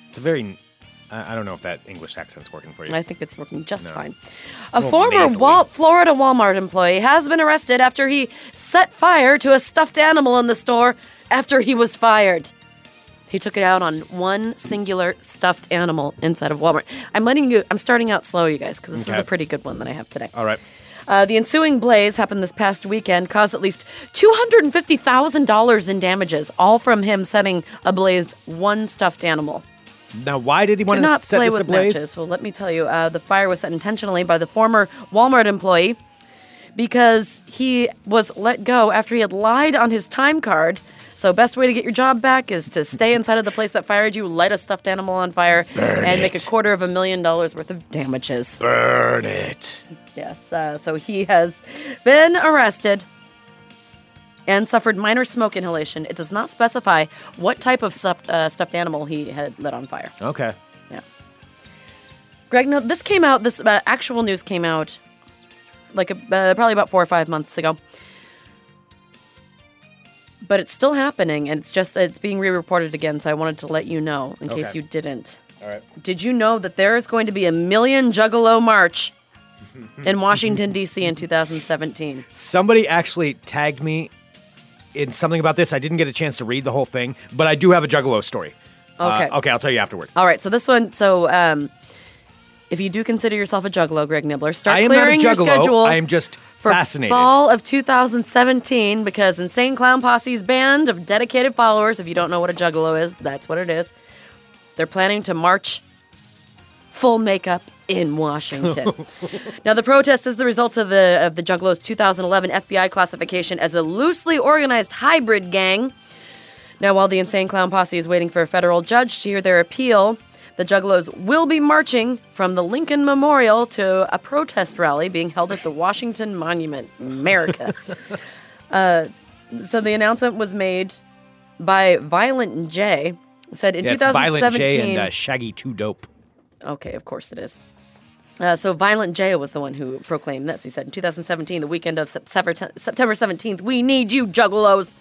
F: It's a very. I, I don't know if that English accent's working for you.
G: I think it's working just
F: No.
G: fine. A
F: Well,
G: former
F: nasally.
G: Wal- Florida Walmart employee has been arrested after he set fire to a stuffed animal in the store after he was fired. He took it out on one singular stuffed animal inside of Walmart. I'm letting you, I'm starting out slow, you guys, because this is
F: Okay.
G: a pretty good one that I have today.
F: All right.
G: Uh, the ensuing blaze happened this past weekend, caused at least $250,000 in damages, all from him setting ablaze one stuffed animal.
F: Now, why did he want
G: Do
F: to
G: not
F: set
G: play
F: this
G: with
F: ablaze?
G: matches. Well, let me tell you, uh, the fire was set intentionally by the former Walmart employee because he was let go after he had lied on his time card. So, best way to get your job back is to stay inside of the place that fired you, light a stuffed animal on fire, and make a quarter of a million dollars worth of damages.
F: Burn it.
G: Yes, uh, so he has been arrested and suffered minor smoke inhalation. It does not specify what type of stuffed, uh, stuffed animal he had lit on fire.
F: Okay.
G: Yeah. Greg, no, this came out, this uh, actual news came out like a, uh, probably about four or five months ago. but it's still happening, and it's just it's being re-reported again. So I wanted to let you know in case
F: Okay.
G: you didn't.
F: All right.
G: Did you know that there is going to be a million Juggalo March
F: [LAUGHS]
G: in Washington D.C. in 2017?
F: Somebody actually tagged me in something about this. I didn't get a chance to read the whole thing, but I do have a Juggalo story. Uh,
G: Okay.
F: okay, I'll tell you afterward.
G: All right, so this one, so um, if you do consider yourself a juggalo, Greg Nibbler, start
F: I am not a
G: clearing your schedule.
F: Juggalo. I am just
G: for
F: fascinated.
G: fall of 2017 because Insane Clown Posse's band of dedicated followers, if you don't know what a juggalo is, that's what it is. They're planning to march full makeup in Washington. now the protest is the result of the of the Juggalos 2011 FBI classification as a loosely organized hybrid gang. Now while the Insane Clown Posse is waiting for a federal judge to hear their appeal, the Juggalos will be marching from the Lincoln Memorial to a protest rally being held at the Washington Monument,
F: [LAUGHS]
G: America. uh, so the announcement was made by Violent J. Said in
F: Yeah, it's
G: 2017,
F: Violent J and uh, Shaggy Too Dope.
G: Okay, of course it is. Uh, so Violent J was the one who proclaimed this. He said in 2017, the weekend of Sep- Sever- September 17th, we need you, Juggalos.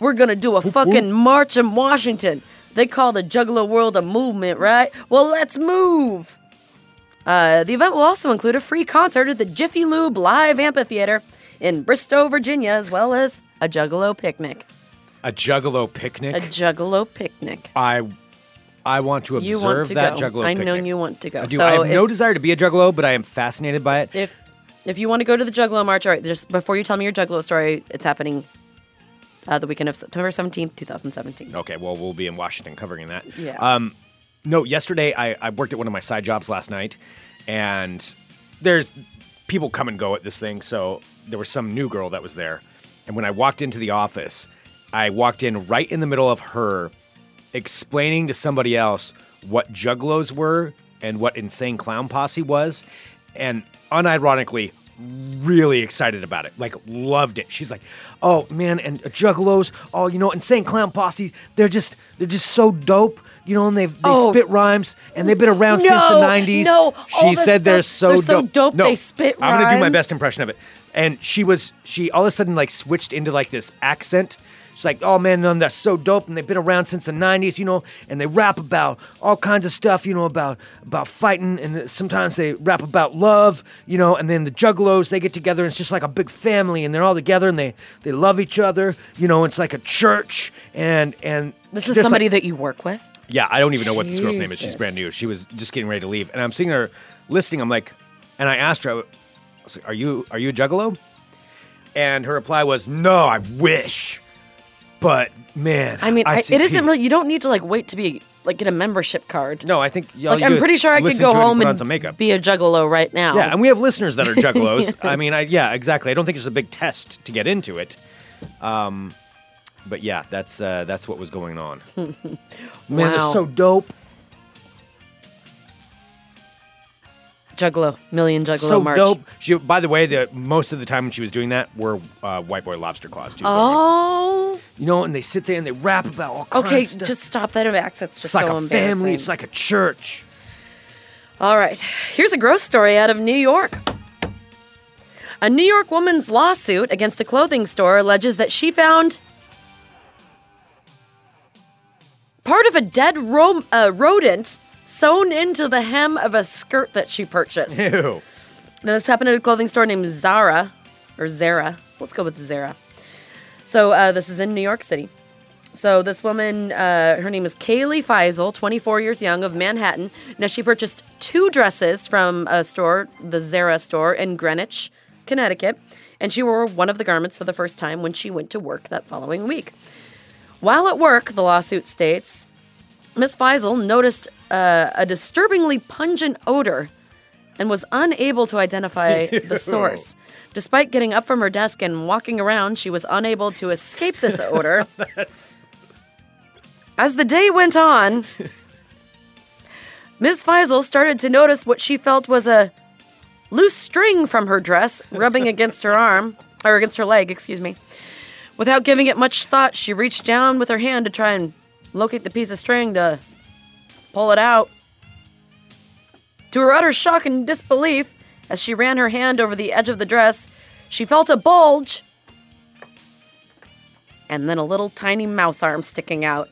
G: We're gonna do a fucking march in Washington. They call the Juggalo world a movement, right? Well, let's move. Uh, the event will also include a free concert at the Jiffy Lube Live Amphitheater in Bristow, Virginia, as well as a Juggalo picnic.
F: A Juggalo picnic.
G: A Juggalo picnic.
F: I I want to observe
G: You want to
F: that
G: go.
F: Juggalo
G: I
F: picnic.
G: know you want to go.
F: I do.
G: So
F: I have no
G: if-
F: desire to be a Juggalo, but I am fascinated by it.
G: if if you want to go to the Juggalo March, all right, just before you tell me your Juggalo story, it's happening uh, the weekend of September 17th, 2017.
F: Okay, well, we'll be in Washington covering that.
G: Yeah.
F: Um, no, yesterday I, I worked at one of my side jobs last night, and there's people come and go at this thing. So there was some new girl that was there, and when I walked into the office, I walked in right in the middle of her explaining to somebody else what juggalos were and what insane clown posse was, and unironically really excited about it, like loved it. She's like, "Oh man, and Juggalos, oh you know, Insane Clown Posse, they're just they're just so dope, you know, and they they
G: Oh.
F: spit rhymes and they've been around since the
G: No,
F: '90s."
G: no, all
F: she
G: this
F: said they're
G: stuff-
F: so
G: they're so dope,
F: No,
G: they spit
F: I'm gonna do my
G: rhymes.
F: best impression of it, and she was she all of a sudden like switched into like this accent. She's like, oh man, no, they're so dope, and they've been around since the '90s, you know, and they rap about all kinds of stuff, you know, about about fighting, and sometimes they rap about love, you know, and then the Juggalos they get together, and it's just like a big family, and they're all together, and they they love each other, you know, it's like a church, and and
G: This is
F: there's,
G: somebody
F: like-
G: that you work with.
F: yeah, I don't even know what this girl's name is. She's
G: Jesus.
F: brand new. She was just getting ready to leave, and I'm seeing her listing. I'm like, and I asked her, I was like, "Are you are you a juggalo?" And her reply was, "No, I wish, but man,
G: I mean, I
F: see
G: it isn't
F: people."
G: really. You don't need to like wait to be like get a membership card.
F: No, I think all
G: like
F: you do
G: I'm
F: is
G: pretty sure I could
F: listen
G: go
F: to it
G: home
F: and, put
G: and
F: on some makeup.
G: be a Juggalo right now.
F: yeah, and we have listeners
G: [LAUGHS]
F: that are juggalos. I mean, I yeah, exactly. I don't think there's a big test to get into it. Um, but yeah, that's uh, that's what was going
G: [LAUGHS]
F: on. man,
G: Wow.
F: they're so dope.
G: Juggalo, million Juggalo
F: so
G: March.
F: dope. She, by the way, the most of the time when she was doing that were uh, white boy lobster claws too.
G: Oh,
F: you know, and they sit there and they rap about all kinds
G: okay.
F: of stuff.
G: Just stop that accent's
F: it's
G: just
F: like
G: so
F: a
G: embarrassing.
F: family. It's like a church. [LAUGHS]
G: All right, here's a gross story out of New York. A New York woman's lawsuit against a clothing store alleges that she found part of a dead ro- uh, rodent sewn into the hem of a skirt that she purchased. now,
F: Ew.
G: this happened at a clothing store named Zara, or Zara. Let's go with Zara. So, uh, this is in New York City. So this woman, uh, her name is Kaylee Feisel, 24 years young, of Manhattan. Now she purchased two dresses from a store, the Zara store in Greenwich, Connecticut, and she wore one of the garments for the first time when she went to work that following week. While at work, the lawsuit states, Miss Feisel noticed uh, a disturbingly pungent odor and was unable to identify the source. Despite getting up from her desk and walking around, she was unable to escape this odor. As the day went on, Ms. Feisel started to notice what she felt was a loose string from her dress rubbing against her arm, or against her leg, excuse me. Without giving it much thought, she reached down with her hand to try and locate the piece of string to pull it out. To her utter shock and disbelief, as she ran her hand over the edge of the dress, she felt a bulge and then a little tiny mouse arm sticking out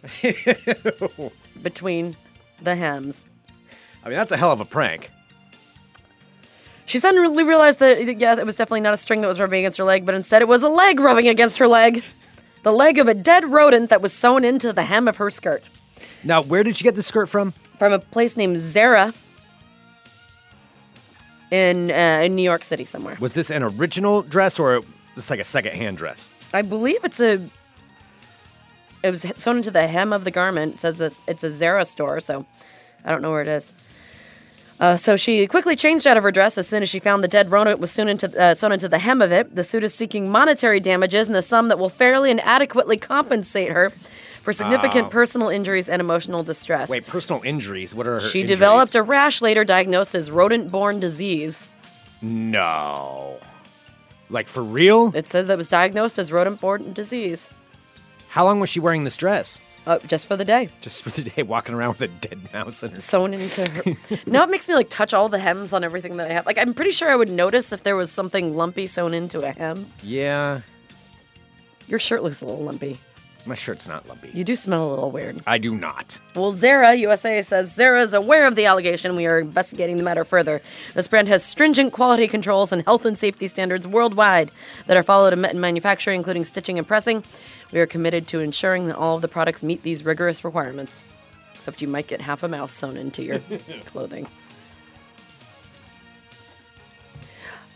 G: between the hems.
F: I mean, that's a hell of a prank.
G: She suddenly realized that, yeah, it was definitely not a string that was rubbing against her leg, but instead it was a leg rubbing against her leg. The leg of a dead rodent that was sewn into the hem of her skirt.
F: Now, where did you get this skirt from?
G: From a place named Zara in, uh, in New York City somewhere.
F: Was this an original dress or just like a second-hand dress?
G: I believe it's a. It was sewn into the hem of the garment. It says this. It's a Zara store, so I don't know where it is. Uh, so she quickly changed out of her dress as soon as she found the dead rodent was sewn into, uh, sewn into the hem of it. The suit is seeking monetary damages and a sum that will fairly and adequately compensate her for significant personal injuries and emotional distress.
F: Wait, personal injuries. What are her
G: she
F: injuries?
G: developed a rash later diagnosed as rodent-borne disease.
F: No. Like for real?
G: It says it was diagnosed as rodent-borne disease.
F: How long was she wearing this dress?
G: Uh, just for the day.
F: Just for the day, walking around with a dead mouse in her.
G: sewn into her. [LAUGHS] now it makes me like touch all the hems on everything that I have. Like I'm pretty sure I would notice if there was something lumpy sewn into a hem.
F: Yeah,
G: Your shirt looks a little lumpy.
F: my shirt's not lumpy.
G: You do smell a little weird.
F: I do not.
G: Well, Zara USA says Zara is aware of the allegation. We are investigating the matter further. This brand has stringent quality controls and health and safety standards worldwide that are followed in in manufacturing, including stitching and pressing. We are committed to ensuring that all of the products meet these rigorous requirements. Except you might get half a mouse sewn
F: [LAUGHS]
G: into your clothing.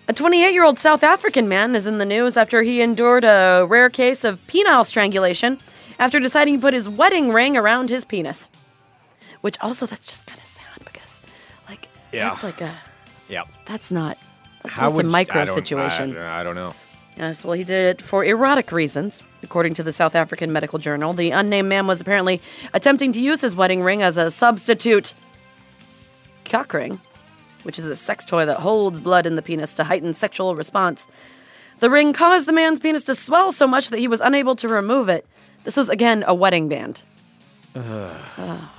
G: A 28 year old South African man is in the news after he endured a rare case of penile strangulation after deciding to put his wedding ring around his penis. Which also, that's just kind of sad because, like,
F: Yeah.
G: that's like a,
F: Yep.
G: that's not, that's, that's a
F: you-
G: micro
F: I don't-
G: situation.
F: I, I don't know.
G: Yes, well, he did it for erotic reasons. According to the South African Medical Journal, the unnamed man was apparently attempting to use his wedding ring as a substitute cock ring, which is a sex toy that holds blood in the penis to heighten sexual response. The ring caused the man's penis to swell so much that he was unable to remove it. This was, again, a wedding band. Ah.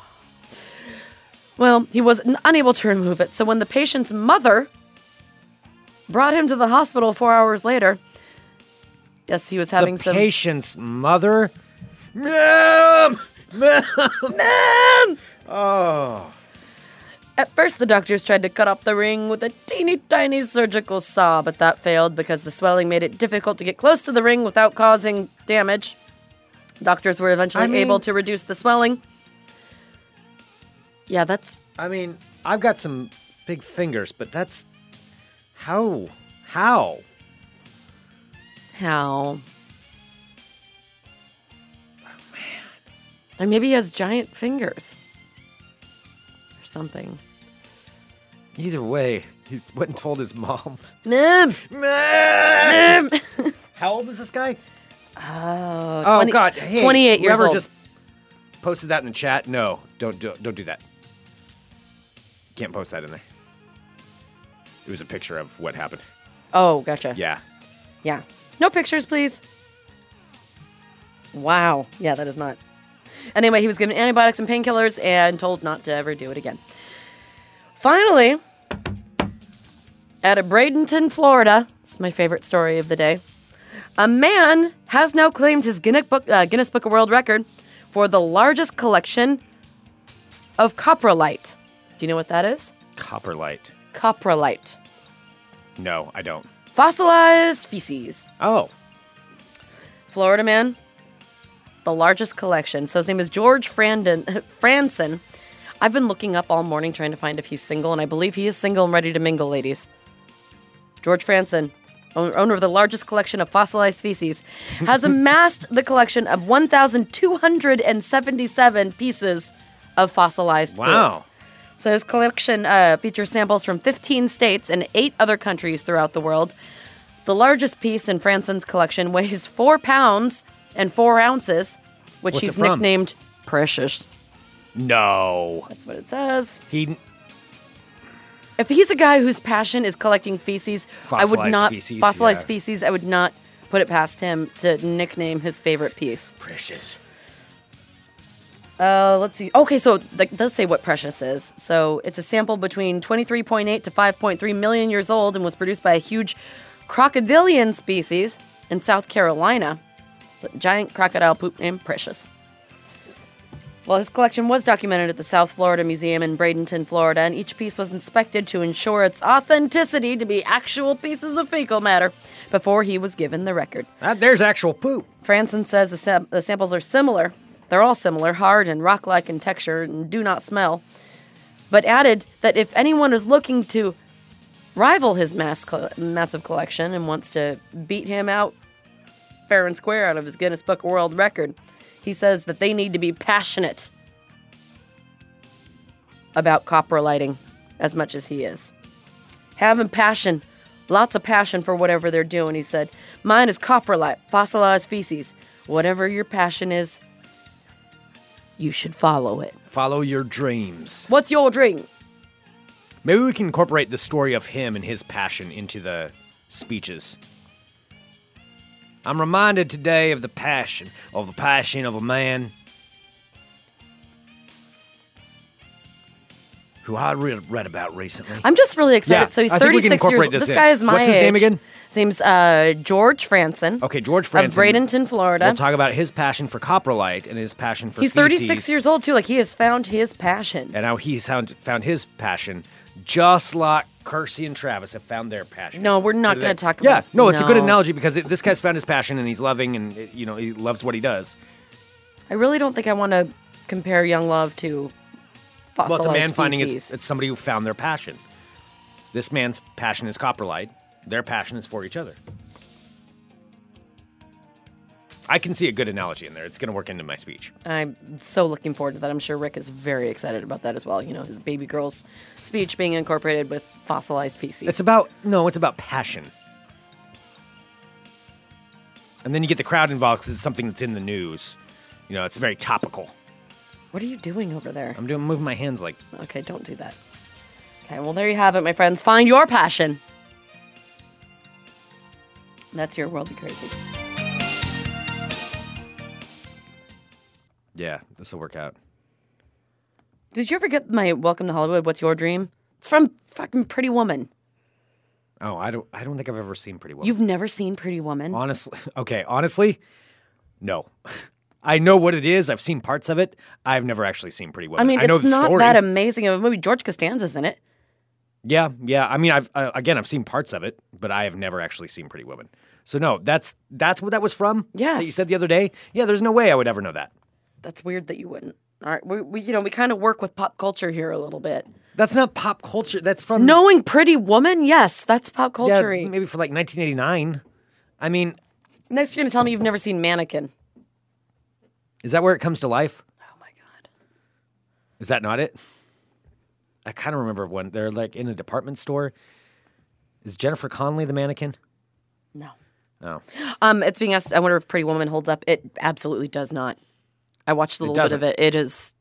G: Well, he was n- unable to remove it, so when the patient's mother brought him to the hospital four hours later, yes, he was having
F: the
G: some.
F: patient's mother. Ma'am! Ma'am! Oh.
G: At first, the doctors tried to cut off the ring with a teeny tiny surgical saw, but that failed because the swelling made it difficult to get close to the ring without causing damage. Doctors were eventually
F: I mean-
G: able to reduce the swelling. Yeah, that's
F: I mean, I've got some big fingers, but that's. How? How?
G: how. Or maybe he has giant fingers. Or something.
F: Either way, he went and told his mom.
G: Mim!
F: Ma'am!
G: Mim!
F: How old was this guy?
G: Oh,
F: Oh
G: 20
F: God! Hey,
G: 28 years
F: whoever
G: old.
F: just posted that in the chat. No, don't do don't do that. Can't post that in there. It was a picture of what happened.
G: Oh, gotcha.
F: Yeah,
G: Yeah. No pictures, please. Wow. Yeah, that is not. Anyway, he was given antibiotics and painkillers and told not to ever do it again. Finally, out of Bradenton, Florida, it's my favorite story of the day. A man has now claimed his Guinness Book, uh, Guinness Book of World Record for the largest collection of coprolite. Do you know what that is?
F: Copperlight.
G: Coprolite.
F: No, I don't.
G: Fossilized feces.
F: Oh,
G: Florida man, the largest collection. So his name is George Frandon, [LAUGHS] Franson. I've been looking up all morning trying to find if he's single, and I believe he is single and ready to mingle, ladies. George Franson, own- owner of the largest collection of fossilized feces, has amassed the collection of 1,277 pieces of fossilized poo.
F: wow.
G: So his collection uh, features samples from 15 states and eight other countries throughout the world. The largest piece in Franson's collection weighs four pounds and four ounces, which
F: What's it
G: he's
F: from?
G: nicknamed Precious.
F: No,
G: That's what it says.
F: he
G: If he's a guy whose passion is collecting feces, I would
F: Fossilized
G: not
F: feces,
G: fossilized
F: yeah.
G: feces. I would not put it past him to nickname his favorite piece.
F: precious.
G: Uh, let's see. Okay, so that does say what Precious is. So it's a sample between 23.8 to 5.3 million years old and was produced by a huge crocodilian species in South Carolina. So, giant crocodile poop named Precious. Well, his collection was documented at the South Florida Museum in Bradenton, Florida, and each piece was inspected to ensure its authenticity to be actual pieces of fecal matter before he was given the record.
F: Ah, there's actual poop.
G: Franson says the, sam- the samples are similar. They're all similar, hard and rock like in texture, and do not smell. But added that if anyone is looking to rival his mass col- massive collection and wants to beat him out fair and square out of his Guinness Book of World Record, he says that they need to be passionate about copper lighting as much as he is. Having passion, lots of passion for whatever they're doing, he said. Mine is coprolite, fossilized feces. Whatever your passion is, you should follow it.
F: Follow your dreams.
G: What's your dream?
F: Maybe we can incorporate the story of him and his passion into the speeches. I'm reminded today of the passion, of the passion of a man who I re- read about recently.
G: I'm just really excited.
F: Yeah,
G: so he's
F: I think we can
G: 36 years
F: incorporate
G: old.
F: this
G: This
F: in.
G: guy is my
F: What's his name
G: age.
F: again?
G: His name's uh, George Franson.
F: Okay, George
G: Of
F: Franson.
G: Bradenton, Florida.
F: We'll talk about his passion for coprolite and his passion for
G: He's
F: feces
G: 36 years old too. Like he has found his passion.
F: and how he's found, found his passion, just like Kersey and Travis have found their passion.
G: No, we're not
F: Did
G: gonna
F: they-
G: talk
F: Yeah,
G: about-
F: no, it's a good
G: no.
F: analogy because it, this guy's found his passion and he's loving and it, you know he loves what he does.
G: I really don't think I want to compare Young Love to
F: Well,
G: fossilized
F: it's a man finding
G: feces.
F: it's, it's somebody who found their passion. This man's passion is coprolite. Their passion is for each other. I can see a good analogy in there. It's going to work into my speech.
G: I'm so looking forward to that. I'm sure Rick is very excited about that as well. You know, his baby girl's speech being incorporated with fossilized feces.
F: It's about no, it's about passion. And then you get the crowd involved because it's something that's in the news. You know, it's very topical.
G: what are you doing over there?
F: I'm doing moving my hands like
G: Okay, don't do that. Okay, well, there you have it, my friends. Find your passion. That's your worldly crazy.
F: yeah, this will work out.
G: Did you ever get my Welcome to Hollywood? What's your dream? It's from fucking Pretty Woman.
F: Oh, I don't I don't think I've ever seen Pretty Woman.
G: You've never seen Pretty Woman?
F: honestly [LAUGHS] okay, honestly, no. [LAUGHS] I know what it is. I've seen parts of it. I've never actually seen Pretty
G: I
F: Woman.
G: mean,
F: know
G: it's
F: the
G: not
F: story.
G: that amazing of a movie. George Costanza's in it.
F: yeah, yeah. I mean, I've uh, again, I've seen parts of it, but I have never actually seen Pretty Woman. So no, that's that's what that was from. that you
G: Yes.
F: said the other day. Yeah, there's no way I would ever know that.
G: That's weird that you wouldn't. All right, we, we you know we kind of work with pop culture here a little bit.
F: That's not pop culture. That's from
G: Knowing Pretty Woman, yes, that's pop
F: yeah,
G: culture.
F: maybe for like 1989. I mean,
G: Next, you're gonna tell me you've never seen Mannequin.
F: is that where it comes to life?
G: Oh my god.
F: Is that not it? I kind of remember when they're like in a department store. Is Jennifer Connelly the mannequin?
G: No.
F: Oh.
G: Um, it's being asked. I wonder if Pretty Woman holds up. It absolutely does not. I watched a little bit
F: doesn't.
G: of it. It is.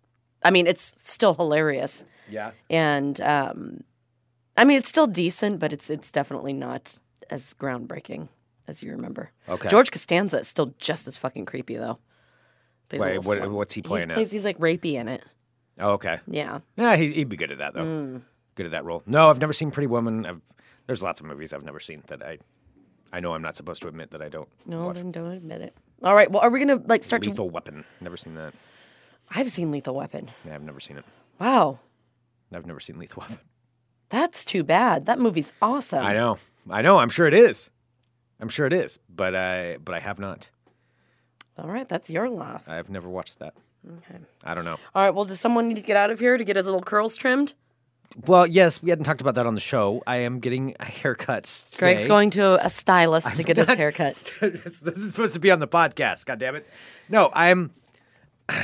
G: I mean, it's still hilarious,
F: Yeah.
G: and um, I mean, it's still decent, but it's it's definitely not as groundbreaking as you remember.
F: Okay.
G: George Costanza is still just as fucking creepy though. Plays a
F: Wait,
G: little
F: what-
G: slut.
F: what's he
G: He's
F: playing at?
G: plays- he's like rapey in it.
F: Oh, okay.
G: Yeah.
F: Yeah, he, he'd be good at that though.
G: Hmm.
F: Good at that role. No, I've never seen Pretty Woman. I've, there's lots of movies I've never seen that I, I know I'm not supposed to admit that I don't.
G: No,
F: watch.
G: then don't admit it. All right. Well, are we gonna like start to?
F: Lethal Weapon. Never seen that.
G: I've seen Lethal Weapon.
F: Yeah, I've never seen it.
G: Wow,
F: I've never seen Lethal Weapon.
G: that's too bad. That movie's awesome.
F: I know. I know. I'm sure it is. I'm sure it is. But I, but I have not.
G: All right, that's your loss.
F: I've never watched that. I don't know.
G: All right. Well, does someone need to get out of here to get his little curls trimmed?
F: Well, yes, we hadn't talked about that on the show. I am getting a haircut. Today.
G: Greg's going to a stylist
F: [LAUGHS]
G: to get his hair cut.
F: this is supposed to be on the podcast. God damn it! No, I'm. [SIGHS]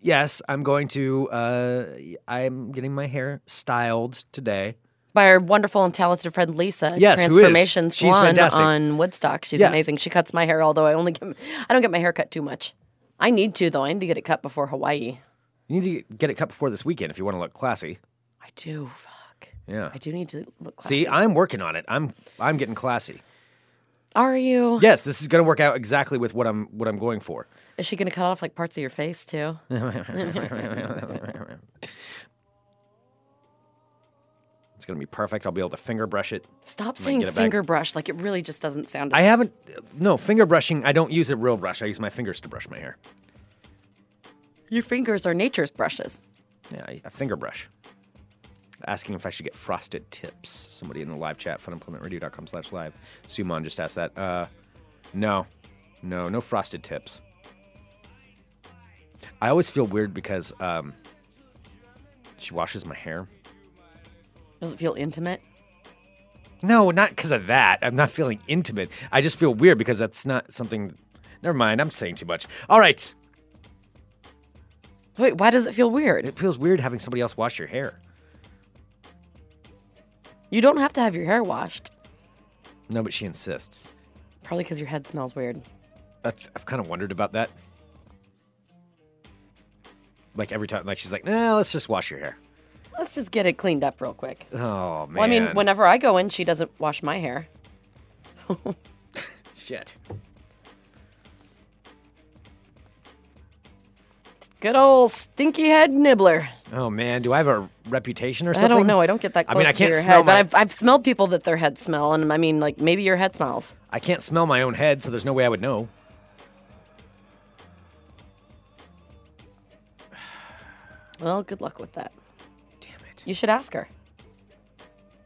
F: Yes, I'm going to. Uh, I'm getting my hair styled today.
G: By our wonderful and talented friend Lisa, at
F: Yes, who is.
G: Transformation
F: She's
G: Salon
F: fantastic.
G: on Woodstock. She's
F: Yes.
G: amazing. She cuts my hair, although I only get, I don't get my hair cut too much. I need to though. I need to get it cut before Hawaii.
F: You need to get it cut before this weekend if you want to look classy.
G: I do. Fuck.
F: Yeah.
G: I do need to look. Classy.
F: See, I'm working on it. I'm I'm getting classy.
G: Are you?
F: Yes, this is going to work out exactly with what I'm what I'm going for.
G: Is she going to cut off like parts of your face too?
F: Eh, it's going gonna be perfect. I'll be able to finger brush it.
G: Stop
F: Might
G: saying
F: get it back.
G: finger brush. Like it really just doesn't sound.
F: I haven't. No finger brushing. I don't use a real brush. I use my fingers to brush my hair.
G: Your fingers are nature's brushes.
F: Yeah, I- a finger brush. Asking if I should get frosted tips. Somebody in the live chat, funemploymentradio.com slash live. Suman just asked that. Uh, no, no, no frosted tips. I always feel weird because um, she washes my hair.
G: Does it feel intimate?
F: No, not because of that. I'm not feeling intimate. I just feel weird because that's not something. Never mind. I'm saying too much. All right.
G: Wait, why does it feel weird?
F: It feels weird having somebody else wash your hair.
G: You don't have to have your hair washed.
F: No, but she insists.
G: Probably because your head smells weird.
F: That's I've kind of wondered about that. Like every time, like she's like, "Nah, let's just wash your hair."
G: Let's just get it cleaned up real quick.
F: Oh man.
G: Well, I mean, whenever I go in, she doesn't wash my hair.
F: shit.
G: It's good old stinky head nibbler.
F: Oh man, do I have a reputation or
G: I
F: something?
G: don't know. I don't get that
F: I
G: close
F: mean, I
G: to
F: can't
G: your
F: smell
G: head,
F: my-
G: but I've, I've smelled people that their heads smell, and I mean, like maybe your head smells.
F: I can't smell my own head, so there's no way I would know.
G: Well, good luck with that.
F: Damn it.
G: You should ask her.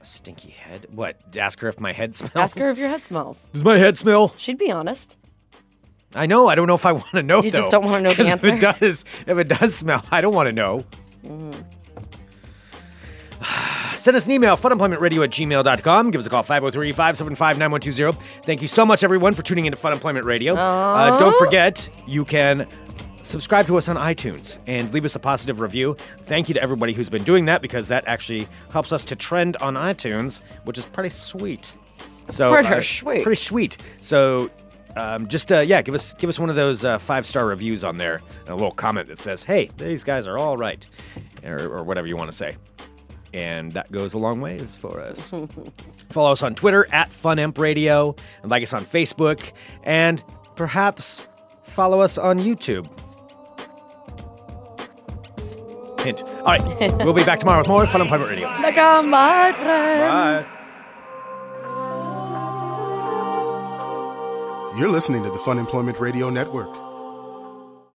F: A stinky head. What? Ask her if my head [LAUGHS] smells.
G: Ask her if your head smells.
F: Does my head smell?
G: She'd be honest.
F: I know. I [LAUGHS] don't know if I want to know.
G: You
F: though,
G: just don't wanna know
F: [LAUGHS]
G: the
F: 'cause If it
G: answer? Mm-hmm.
F: does, if it does smell, I don't want to know. [SIGHS] Send us an email, funemploymentradio at gmail.com. Give us a call, 503 575 9120. Thank you so much, everyone, for tuning into Fun Employment Radio. Uh, don't forget, you can subscribe to us on iTunes and leave us a positive review. Thank you to everybody who's been doing that because that actually helps us to trend on iTunes, which is pretty sweet. So uh,
G: Pretty sweet.
F: Pretty sweet. So um, just uh, yeah, give us give us one of those uh, five star reviews on there and a little comment that says, "Hey, these guys are all right," or, or whatever you want to say. And that goes a long ways for
G: [LAUGHS]
F: us. Follow us on Twitter at FunEmp Radio, and like us on Facebook, and perhaps follow us on YouTube. Hint. All right, we'll be back tomorrow with more Fun Employment Radio.
G: Like on my friend.
F: Bye.
A: You're listening to the Fun Employment Radio Network.